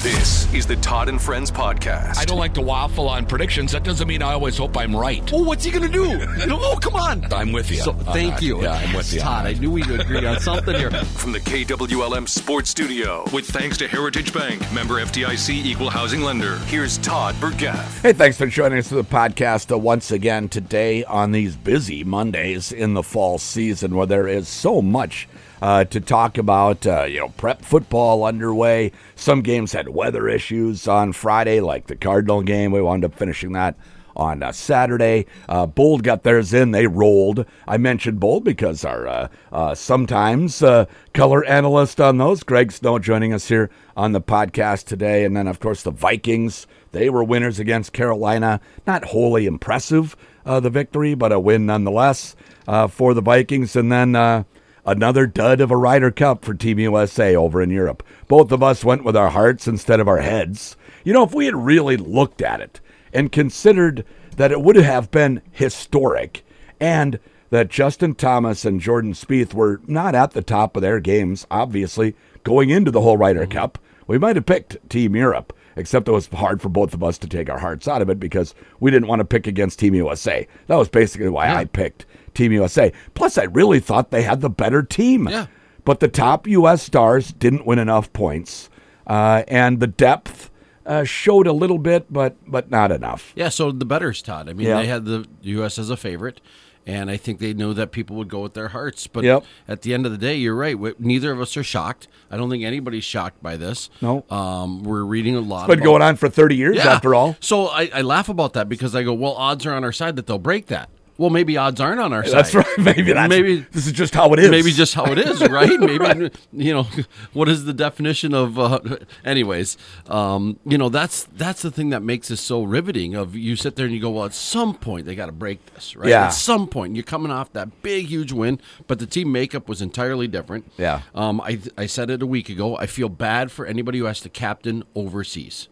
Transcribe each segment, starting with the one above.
This is the Todd and Friends podcast. I don't like to waffle on predictions. That doesn't mean I always hope I'm right. Well, what's he going to do? oh, come on. I'm with you. So, on thank Uh, that. you. Yeah, I'm with you. on Todd, I that. knew we'd agree on something here. From the KWLM Sports Studio, with thanks to Heritage Bank, member FDIC, equal housing lender. Here's Todd Burgaff. Hey, thanks for joining us for the podcast uh, once again today on these busy Mondays in the fall season where there is so much uh, to talk about. Uh, you know, prep football underway. Some games had weather issues on Friday, like the Cardinal game. We wound up finishing that on uh, Saturday. Uh, Bold got theirs in. They rolled. I mentioned Bold because our uh, uh, sometimes uh, color analyst on those, Greg Snow, joining us here on the podcast today. And then, of course, the Vikings. They were winners against Carolina. Not wholly impressive, uh, the victory, but a win nonetheless uh, for the Vikings. And then. Uh, Another dud of a Ryder Cup for Team USA over in Europe. Both of us went with our hearts instead of our heads. You know, if we had really looked at it and considered that it would have been historic and that Justin Thomas and Jordan Spieth were not at the top of their games, obviously, going into the whole Ryder Cup, we might have picked Team Europe, except it was hard for both of us to take our hearts out of it because we didn't want to pick against Team USA. That was basically why I picked Team USA. Plus, I really thought they had the better team. Yeah. But the top U.S. stars didn't win enough points, uh, and the depth uh, showed a little bit, but but not enough. Yeah, so the betters, Todd. I mean, Yeah. they had the U.S. as a favorite, and I think they knew that people would go with their hearts. But Yep. at the end of the day, you're right. We, neither of us are shocked. I don't think anybody's shocked by this. No. Um, we're reading a lot. Been about- going on for 30 years, Yeah. after all. So I, I laugh about that because I go, well, odds are on our side that they'll break that. Well, maybe odds aren't on our side. That's right. Maybe that's Maybe- this is just how it is. Maybe just how it is, right? Maybe you know what is the definition of? Uh, anyways, um, you know that's that's the thing that makes this so riveting. Of you sit there and you go, well, at some point they got to break this, right? Yeah. At some point you're coming off that big huge win, but the team makeup was entirely different. Yeah. Um, I I said it a week ago. I feel bad for anybody who has to captain overseas.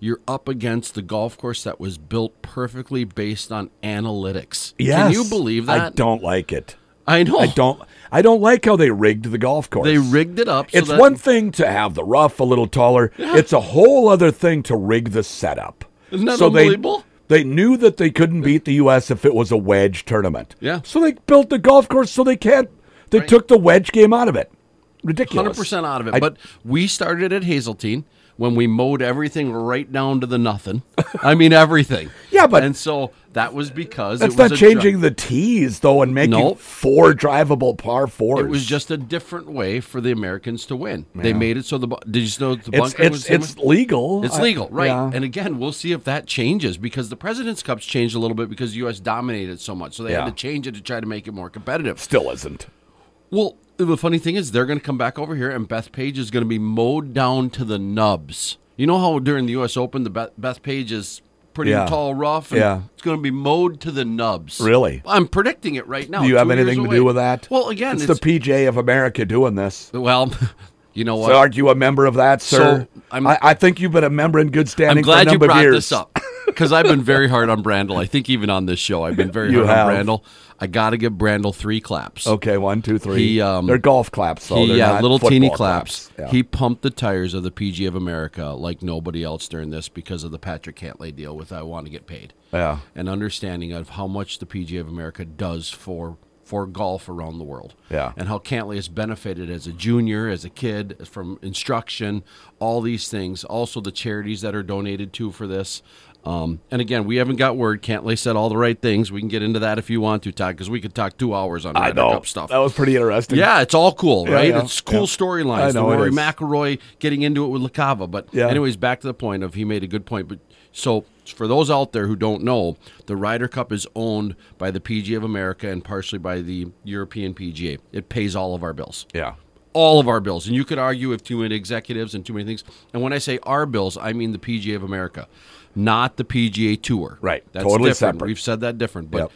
You're up against the golf course that was built perfectly based on analytics. Yes. Can you believe that? I don't like it. I know. I don't. I don't like how they rigged the golf course. They rigged it up. So it's that- one thing to have the rough a little taller. It's a whole other thing to rig the setup. Isn't that they- unbelievable? They, knew that they couldn't beat the U.S. if it was a wedge tournament. Yeah. So they built the golf course so they can't. They took the wedge game out of it. hundred Ridiculous. percent out of it. I- but we started at Hazeltine when we mowed everything right down to the nothing. I mean everything. Yeah, but- and so that was because That's it was not a dri- changing the tees though, and making Nope. four drivable par fours. It was just a different way for the Americans to win. They made it so the bu- did you know the it's bunker it's, was the same it's way? legal. It's I- legal, right? yeah. And again, we'll see if that changes because the President's Cup's changed a little bit because the U.S. dominated so much, so they Yeah. had to change it to try to make it more competitive. Still isn't. Well, the funny thing is, they're going to come back over here, and Beth Page is going to be mowed down to the nubs. You know how during the U.S. Open, the Beth, Beth Page is pretty Yeah. tall, rough, and Yeah. it's going to be mowed to the nubs. Really? I'm predicting it right now. Do you have two years anything to away. do with that? Well, again, it's, it's, the PJ of America doing this. well, you know what? So aren't you a member of that, sir? So, I'm- I, I think you've been a member in good standing I'm glad for a you number brought of years. this up because I've been very hard on Brandel. I think even on this show, I've been very You hard have. on Brandel. I got to give Brandel three claps. Okay, one, two, three. He, um, they're golf claps, though. he, They're yeah, not little teeny football claps. Yeah. He pumped the tires of the PG of America like nobody else during this because of the Patrick Cantlay deal with I want to get paid. Yeah. An understanding of how much the PG of America does for for golf around the world. Yeah. And how Cantley has benefited as a junior, as a kid, from instruction, all these things. Also the charities that are donated to for this. Um, and again, we haven't got word. Cantley said all the right things. We can get into that if you want to, Todd, because we could talk two hours on I Ryder know. Cup stuff. That was pretty interesting. Yeah, it's all cool, right? yeah, it's cool yeah. I storylines. The know it Rory is. McIlroy getting into it with Lacava. But Yeah. anyways, back to the point of he made a good point. But so for those out there who don't know, the Ryder Cup is owned by the PGA of America and partially by the European PGA. It pays all of our bills Yeah. all of our bills. And you could argue if too many executives and too many things. And when I say our bills, I mean the PGA of America, not the PGA Tour. Right. That's Totally different. separate. We've said that different. But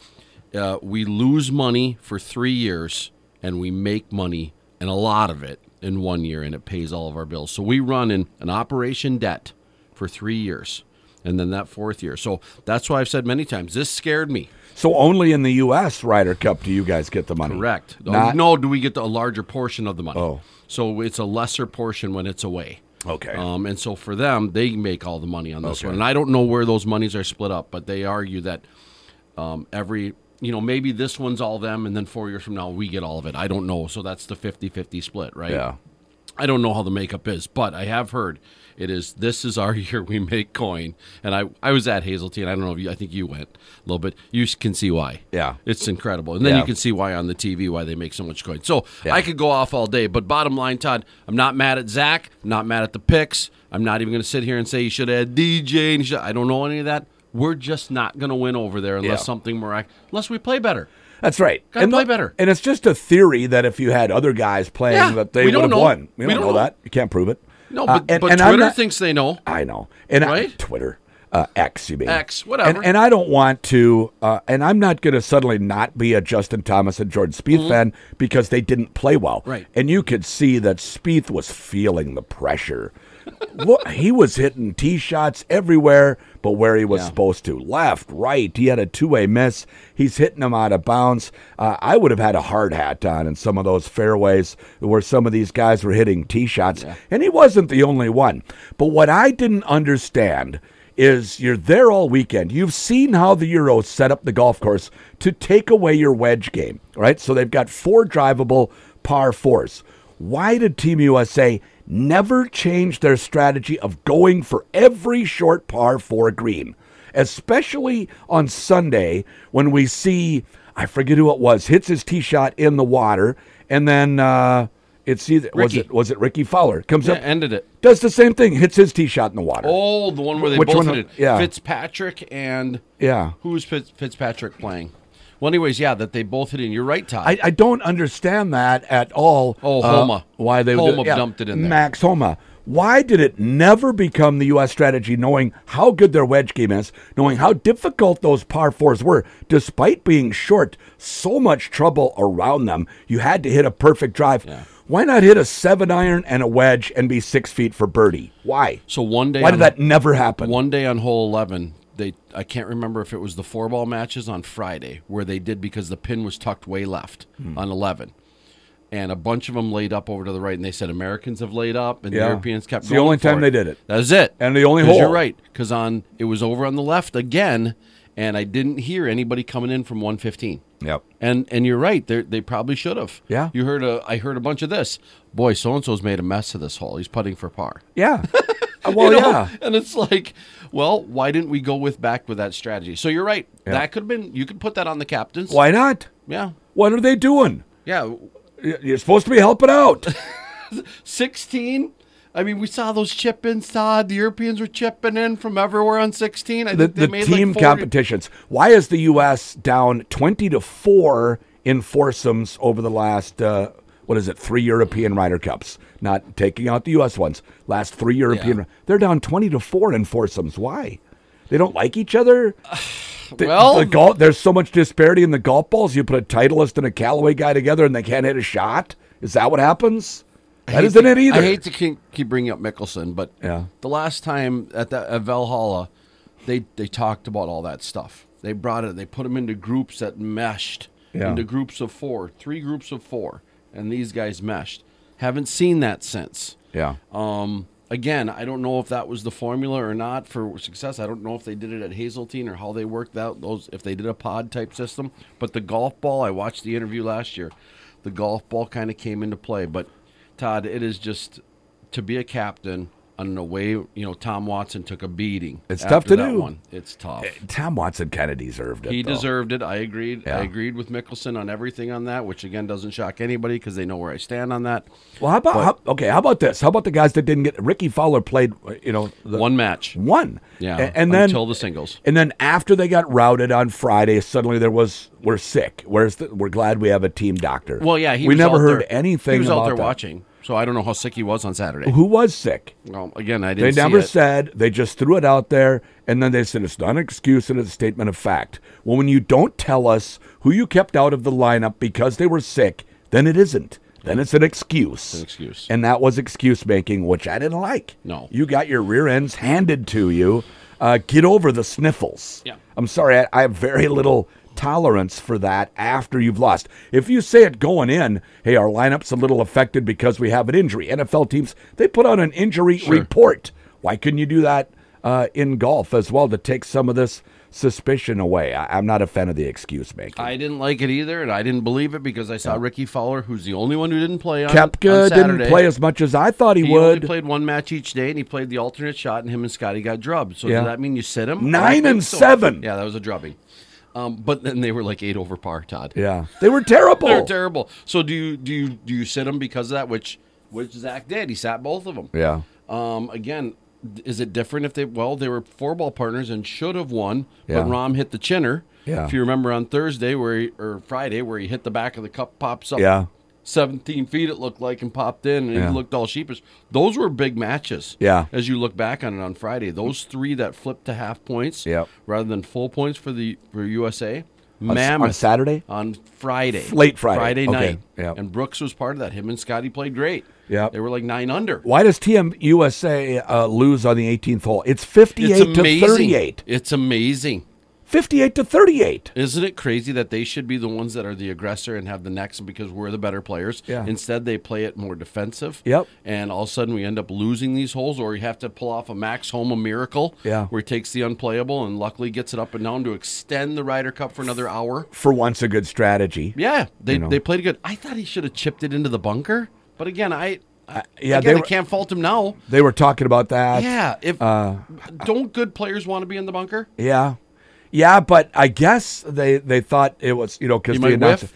uh, we lose money for three years and we make money and a lot of it in one year and it pays all of our bills. So we run in an operation debt for three years and then that fourth year. So that's why I've said many times this scared me. So only in the U.S. Ryder Cup do you guys get the money. Correct. Not, no, do we get the, a larger portion of the money? Oh. So it's a lesser portion when it's away. Okay. Um, and so for them, they make all the money on this Okay. one. And I don't know where those monies are split up, but they argue that um, every, you know, maybe this one's all them, and then four years from now, we get all of it. I don't know. So that's the 50 50 split, right? Yeah. I don't know how the makeup is, but I have heard it is. This is our year we make coin, and I I was at Hazeltine. I don't know if you. I think you went a little bit. You can see why. Yeah. it's incredible, and then Yeah. you can see why on the TV why they make so much coin. So Yeah. I could go off all day, but bottom line, Todd, I'm not mad at Zach. I'm not mad at the picks. I'm not even going to sit here and say you should add DJ. And you should, I don't know any of that. We're just not going to win over there unless Yeah. something miraculous. Unless we play better. That's right. Gotta and play the- better. And it's just a theory that if you had other guys playing, Yeah, that they we would don't have know. won. We We don't, know don't know. that. You can't prove it. No, Uh, but, but I'm Twitter not- thinks they know. I know. And I- Right? Twitter. Uh, X, you mean. X, whatever. And, and I don't want to, uh, and I'm not going to suddenly not be a Justin Thomas and Jordan Spieth fan because they didn't play well. Mm-hmm. Right. And you could see that Spieth was feeling the pressure. Look, he was hitting tee shots everywhere, but where he was supposed to. Left, right. He had a two way miss. He's hitting them out of bounds. Uh, I would have had a hard hat on in some of those fairways where some of these guys were hitting tee shots. And he wasn't the only one. But what I didn't understand is you're there all weekend. You've seen how the Euros set up the golf course to take away your wedge game, right? So they've got four drivable par fours. Why did Team USA never change their strategy of going for every short par four green? Especially on Sunday when we see, I forget who it was, hits his tee shot in the water, and then uh, it's either was Ricky. it was it Ricky Fowler comes Yeah, up, ended it. does the same thing, hits his tee shot in the water. Oh, the one where they Which both one- hit it. yeah. Fitzpatrick and Yeah. Who's Fitz, Fitzpatrick playing? Well, anyways, yeah, that they both hit in. You're right, Todd. I, I don't understand that at all. Oh, uh, Homa. why they Homa dumped it in there. Max Homa. Why did it never become the U.S. strategy, knowing how good their wedge game is, knowing how difficult those par fours were, despite being short, so much trouble around them? You had to hit a perfect drive. Why not hit a seven iron and a wedge and be six feet for birdie? Why? so one day, Why on- did that never happen? One day on hole eleven, they I can't remember if it was the four ball matches on Friday where they did because the pin was tucked way left Hmm. on eleven. And a bunch of them laid up over to the right, and they said Americans have laid up, and Yeah. the Europeans kept. It's the going only for time they did it. That's it, And the only 'Cause You're hole. right, because on it was over on the left again, and I didn't hear anybody coming in from 115. Yep. And and you're right. They they probably should have. Yeah. You heard a I heard a bunch of this. Boy, so and so's made a mess of this hole. He's putting for par. Yeah. Uh, well, You know? yeah. And it's like, well, why didn't we go with back with that strategy? So you're right. That could have been. You could put that on the captains. Why not? Yeah. What are they doing? Yeah. Y- You're supposed to be helping out. Sixteen. I mean, we saw those chip ins, Todd. The Europeans were chipping in from everywhere on sixteen. I the, think they the made team like 40 competitions. Why is the U.S. down twenty to four in foursomes over the last uh, what is it? Three European Ryder Cups. Not taking out the U.S. ones. Last three European. Yeah. They're down twenty to four in foursomes. Why? They don't like each other. The- Well- the golf, there's so much disparity in the golf balls. You put a Titleist and a Callaway guy together, and they can't hit a shot. Is that what happens? That hate isn't to- it either. I hate to keep, keep bringing up Mickelson, but Yeah. the last time at the at Valhalla, they they talked about all that stuff. They brought it. They put them into groups that meshed Yeah. into groups of four, three groups of four, and these guys meshed. Haven't seen that since. yeah. Um, again, I don't know if that was the formula or not for success. I don't know if they did it at Hazeltine or how they worked out those. If they did a pod type system, but the golf ball, I watched the interview last year. The golf ball kind of came into play, but Todd, it is just to be a captain on an away. You know, Tom Watson took a beating. It's tough to that do. One. It's tough. Tom Watson kind of deserved it. He though. deserved it. I agreed. Yeah. I agreed with Mickelson on everything on that, which again doesn't shock anybody because they know where I stand on that. Well, how about how, okay? How about this? How about the guys that didn't get Ricky Fowler played? uh, You know, the, One match. one, Yeah. A- and, then until the singles. and then after they got routed on Friday, suddenly there was we're sick. Where's the, we're glad we have a team doctor. Well, yeah, he we was never out heard there- anything. He was about out there that. watching, so I don't know how sick he was on Saturday. Who was sick? Well, again, I They didn't. never see it. said. They just threw it out there, and then they said it's not an excuse and it's a statement of fact. Well, when you don't tell us who you kept out of the lineup because they were sick, then it isn't. Then it's an excuse. an excuse. And that was excuse making, which I didn't like. No. You got your rear ends handed to you. Uh, get over the sniffles. Yeah. I'm sorry, I, I have very little tolerance for that after you've lost. If you say it going in, hey, our lineup's a little affected because we have an injury. NFL teams, they put out an injury report. Why couldn't you do that uh, in golf as well to take some of this suspicion away? I, I'm not a fan of the excuse making. I didn't like it either, and I didn't believe it because I saw Ricky Fowler, who's the only one who didn't play on Kepka uh, on didn't Saturday. play as much as I thought he, He only would. played one match each day, and he played the alternate shot, and him and Scotty got drubbed. So Yeah. does that mean you sit him? I don't Nine and think so. seven. Yeah, that was a drubbing. Um, but then they were like eight over par, Todd. yeah, Oh. they were terrible. They're terrible. So do you do you do you sit him because of that? Which which Zach did. He sat both of them. Yeah. Um, again, th- is it different if they? Well, they were four ball partners and should have won, Yeah. but Rom hit the chinner. Yeah. If you remember on Thursday where he, or Friday where he hit the back of the cup, pops up. Yeah. Seventeen feet it looked like and popped in and Yeah. he looked all sheepish. Those were big matches. Yeah. As you look back on it on Friday, those three that flipped to half points Yep. rather than full points for the for USA. on Mammoth Saturday? on Friday, Late Friday. Okay, night, yep. and Brooks was part of that. Him and Scotty played great. Yep. they were like nine under. Why does Team USA uh, lose on the 18th hole? It's 58 It's amazing. to 38. It's amazing. 58 to 38. Isn't it crazy that they should be the ones that are the aggressor and have the next because we're the better players? Yeah. Instead, they play it more defensive. Yep. And all of a sudden, we end up losing these holes, or you have to pull off a Max Homa miracle. Yeah. Where he takes the unplayable and luckily gets it up and down to extend the Ryder Cup for another hour. For once, a good strategy. Yeah, they know. they played good. I thought he should have chipped it into the bunker, but again, I, I Uh, yeah, yeah, they again, were- I can't fault him now. They were talking about that. Yeah, if uh, don't good players want to be in the bunker? Yeah. Yeah, but I guess they, they thought it was, you know, because You the might announced whiff?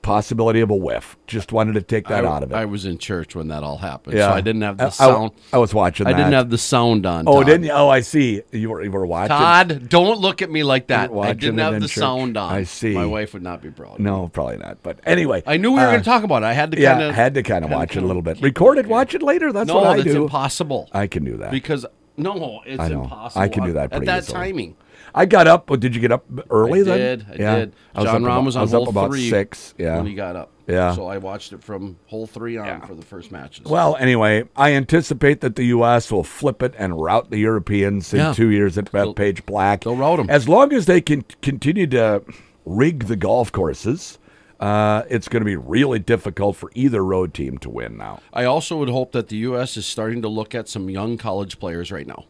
possibility of a whiff. Just wanted to take that I, out of it. I was in church when that all happened, yeah. so I didn't have the I- I- sound. I, was watching I, that. didn't have the sound on. Oh, Todd. didn't you? Oh, I see. You were, you were watching. Todd, don't look at me like that. You're I watching didn't it have in the church. sound on. I see. My wife would not be proud. No, probably not. But anyway. I knew we were uh, going to talk about it. I had to Yeah, kind of had to kind of watch it a little bit. Record it, watch it later. That's No, what I that's do. impossible. I can do that. because no, it's I know. impossible. I can do that at pretty that easily. timing. I got up. Well, did you get up early I then? did. I did. I was John up Rahm about- was on I was hole up about three six. Yeah. when he got up. Yeah. So I watched it from hole three on for the first matches. Well, anyway, I anticipate that the U.S. will flip it and rout the Europeans in Yeah. two years at Bethpage Black. they'll rout 'em. As long as they can continue to rig the golf courses, uh, it's going to be really difficult for either road team to win now. I also would hope that the U.S. is starting to look at some young college players right now.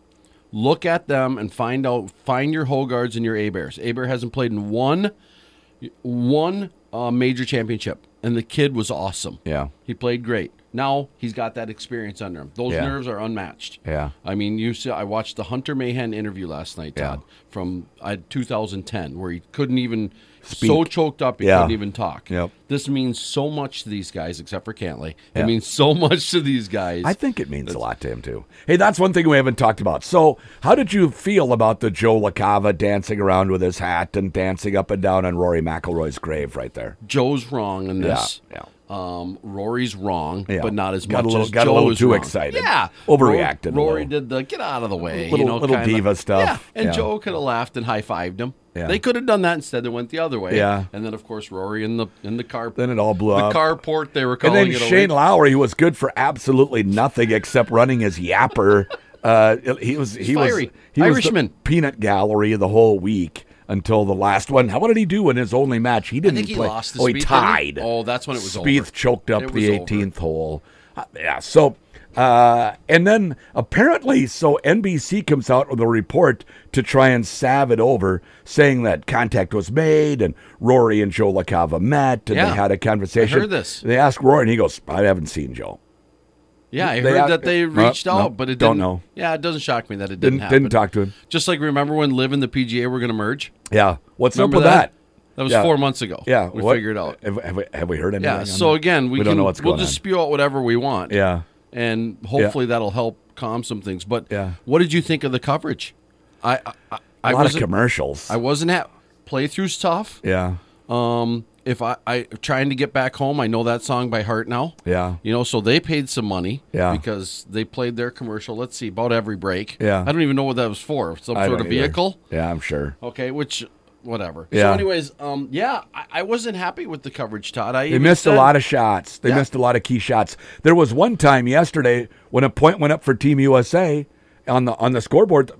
Look at them and find out. Find your Hogards and your Abears. Abear hasn't played in one, one uh, major championship, and the kid was awesome. Yeah. he played great. Now he's got that experience under him. Those Yeah. nerves are unmatched. Yeah. I mean, you see, I watched the Hunter Mahan interview last night, Todd, from uh, 2010, where he couldn't even so choked up he Yeah. couldn't even talk. Yep. This means so much to these guys, except for Cantley. It means so much to these guys. I think it means a lot to him too. Hey, that's one thing we haven't talked about. So, how did you feel about the Joe LaCava dancing around with his hat and dancing up and down on Rory McIlroy's grave right there? Joe's wrong in this. yeah. Um, Rory's wrong, Yeah. but not as Got a much little- as got a Joe little is too wrong. excited. Yeah, Overreacted a Rory, Rory little. did the get out of the way, Little- you know, little kinda. diva stuff. Yeah, and Yeah. Joe could have laughed and high fived him. Yeah. They could have done that instead. They went the other way. Yeah. and then of course Rory in the in the car. Then it all blew the up. carport. They were And calling then it Shane away. Lowry was good for absolutely nothing except running his yapper. Uh, he was he was fiery. he was the Irishman. peanut gallery the whole week until the last one. How what did he do in his only match? He didn't think he play. lost to oh, he Spieth, didn't he? tied. Oh, that's when it was over. Spieth choked up It the was over. 18th hole. Uh, yeah. So. Uh, and then apparently, so NBC comes out with a report to try and salve it over, saying that contact was made and Rory and Joe LaCava met and Yeah. they had a conversation. this. They ask Roy, and he goes, "I haven't seen Joe." Yeah, I They heard act- that they No, reached no, out, but it don't didn't. know. Yeah, it doesn't shock me that it Didn't didn't didn't, happen. talk to him. Just like remember when Live and the PGA were going to merge? Yeah, what's Remember up with that? That was Yeah. four months ago. Yeah, we what- figured it out. Have, have we, have we heard anything? Yeah. on So that? again, we, we can don't know what's we'll going just on. spew out whatever we want. Yeah. And hopefully that'll help calm some things. But Yeah. what did you think of the coverage? I I, I, A I lot of wasn't commercials. I wasn't at playthroughs tough. yeah, Um, if I I trying to get back home, I know that song by heart now. Yeah. You know, so they paid some money. Yeah. Because they played their commercial. Let's see, about every break. Yeah. I don't even know what that was for. Some I sort don't of either. vehicle. Yeah, I'm sure. Okay, which whatever. Yeah. So, anyways, um, yeah, I, I wasn't happy with the coverage, Todd. I They missed a lot of shots. They Yeah. missed a lot of key shots. There was one time yesterday when a point went up for Team USA on the on the scoreboard.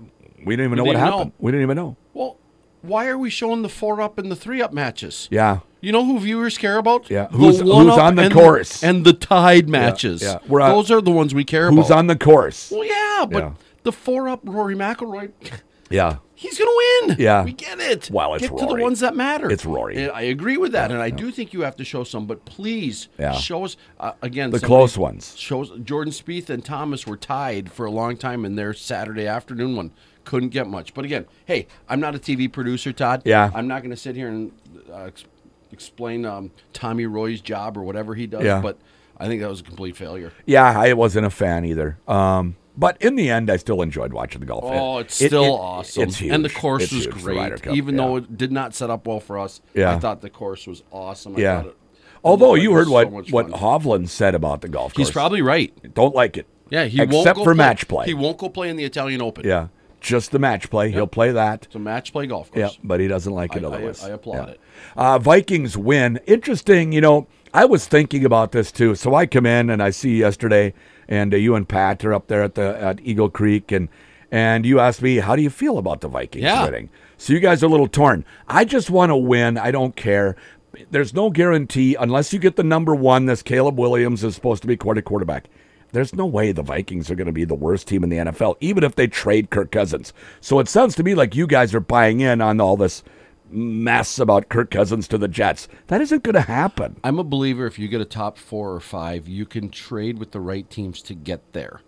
We didn't even know what didn't even happened. know. We didn't even know. Well, why are we showing the four up and the three up matches? Yeah. You know who viewers care about? Yeah. Who's- who's one-up on the and course? and the tied matches. yeah. We're on- Those are the ones we care Who's about. on the course? Well, yeah, but Yeah. the four up Rory McIlroy, Yeah. he's going to win. Yeah. we get it. Well, it's get to the Rory. ones that matter. It's Rory. And I agree with that, and I do think you have to show some. But please, Yeah. show us uh, again The somebody close ones. Shows Jordan Spieth and Thomas were tied for a long time in their Saturday afternoon one. Couldn't get much. But again, hey, I'm not a TV producer, Todd. Yeah. I'm not going to sit here and uh, ex- explain um, Tommy Roy's job or whatever he does. Yeah. But I think that was a complete failure. Yeah, I wasn't a fan either. Um, but in the end, I still enjoyed watching the golf. Oh, it's It- still it- awesome. It's huge. And the course It's was huge, the Ryder great. Cup, Even yeah. though it did not set up well for us, Yeah. I thought the course was awesome. I yeah. thought it- Although it you was heard so what much what fun. Hovland said about the golf course. He's probably right. don't like it. Yeah, he except won't go for play- match play. He won't go play in the Italian Open. Yeah, just the match play. He'll play that. It's a match play golf Yeah, course. but he doesn't like it I- I- otherwise. I applaud it. Uh, Vikings win. Interesting, you know. I was thinking about this too. So I come in and I see yesterday, and uh, you and Pat are up there at the at Eagle Creek, and and you asked me how do you feel about the Vikings Yeah. winning. So you guys are a little torn. I just want to win. I don't care. There's no guarantee unless you get the number one. This Caleb Williams is supposed to be quarter quarterback. There's no way the Vikings are going to be the worst team in the NFL, even if they trade Kirk Cousins. So it sounds to me like you guys are buying in on all this mess about Kirk Cousins to the Jets. That isn't going to happen. I'm a believer if you get a top four or five, you can trade with the right teams to get there.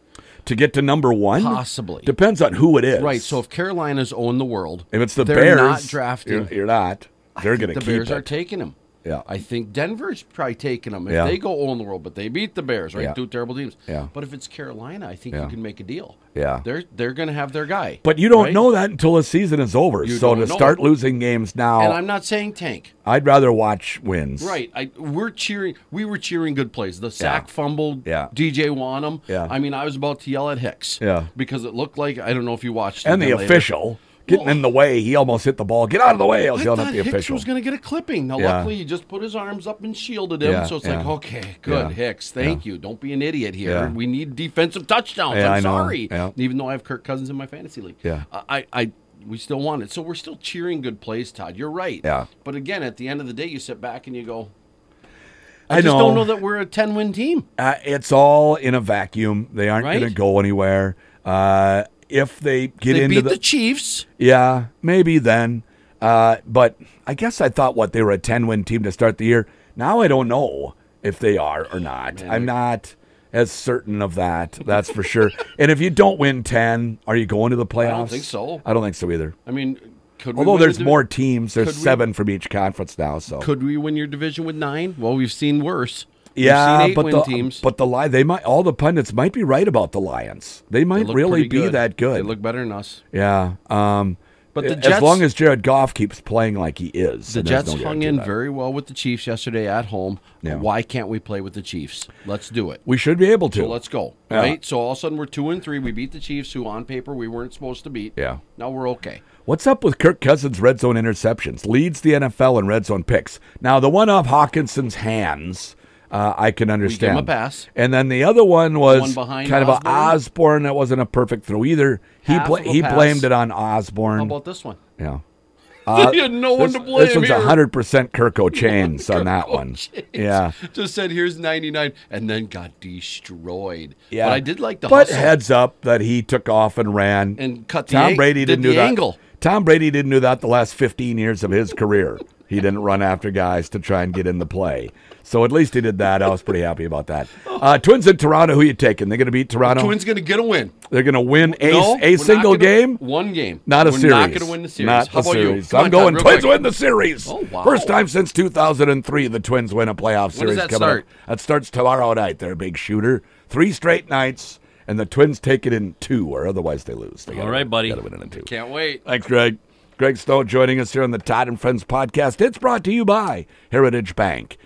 To get to number one, Possibly. depends on who it is. Right. So if Carolina's own the world, if it's the they're Bears, not drafting. You're, you're not. They're going to the keep Bears it. are taking him. Yeah. I think Denver's probably taking him if Yeah. they go all in the world, but they beat the Bears, right? Yeah. Two terrible teams. Yeah. But if it's Carolina, I think Yeah. you can make a deal. Yeah. They're they're gonna have their guy. But you don't right? know that until the season is over. You so don't to know. start losing games and now, I'm not saying tank. I'd rather watch wins. Right. I we're cheering we were cheering good plays. The sack fumble, Yeah. DJ Wanham. Yeah. I mean, I was about to yell at Hicks. Yeah. Because it looked like I don't know if you watched And it the later. official getting Well- in the way. He almost hit the ball. Get out of the way. I was I yelling thought at the Hicks official. was going to get a clipping. Now, Yeah. luckily, he just put his arms up and shielded him. Yeah, so it's like, yeah. okay, Yeah. good, Hicks. Thank you. Don't be an idiot here. Yeah. We need defensive touchdowns. Yeah, I I'm know. sorry. Yeah. Even though I have Kirk Cousins in my fantasy league. Yeah. I, I, we still want it. So we're still cheering good plays, Todd. You're right. Yeah. But again, at the end of the day, you sit back and you go, I just know. don't know that we're a 10 win team. uh, it's all in a vacuum. They aren't Right? going to go anywhere. Uh, if they get They into beat the, Chiefs. Yeah, maybe then. Uh, but I guess I thought what they were a ten win team to start the year. Now I don't know if they are or not. I'm not as certain of that. That's for sure. and if you don't win ten, are you going to the playoffs? think so. I don't think so either. I mean, could we Although win the there's div- more teams, there's could we- seven from each conference now. So Could we win your division with nine? Well, we've seen worse. We've yeah, seen eight but win the teams. but the li- they might all the pundits might be right about the Lions. They They might look really be pretty that good. They look better than us. yeah. Um, But the a- as Jets- long as Jared Goff keeps playing like he is, The and there's Jets no hung guarantee in that. very well with the Chiefs yesterday at home. Yeah. Why can't we play with the Chiefs? Let's do it. We should be able to. So let's go. Yeah. Right? So all of a sudden we're two and three. We beat the Chiefs, who on paper we weren't supposed to beat. Yeah. Now we're okay. What's up with Kirk Cousins' red zone interceptions? Leads the NFL in red zone picks. Now, the one off Hawkinson's hands, uh, I can understand. a pass. And then the other one was one behind kind of a Osborne. Osborne that wasn't a perfect throw either. He Half bla- of a he pass. blamed it on Osborne. How about this one? yeah. he had no one Uh, This, to blame. this one's here. 100% Kirk O'Chains on that Oh, one. jeez. Yeah. Just said here's 99 and then got destroyed. Yeah. But I did like the But hustle heads up that he took off and ran and cut the Tom ang- Brady did didn't the do that. angle. Tom Brady didn't do that the last 15 years of his career. He didn't run after guys to try and get in the play. So at least he did that. I was pretty happy about that. Uh, Twins in Toronto. Who you taking? They're going to beat Toronto. Twins going to get a win. They're going to win a, No, we're a not single gonna- game. One game. Not a We're series. not going to win the series. Not How a about series. you? Come I'm on, going Todd, real Twins quick. win the series. Oh, wow. First time since 2003 the Twins win a playoff When does series that coming start? up. That starts tomorrow night. They're a big shooter. Three straight nights, and the Twins take it in two, or otherwise they lose. They gotta- All right, buddy. Gotta win it in two. Can't wait. Thanks, Greg. Greg Stowe joining us here on the Todd and Friends podcast. It's brought to you by Heritage Bank,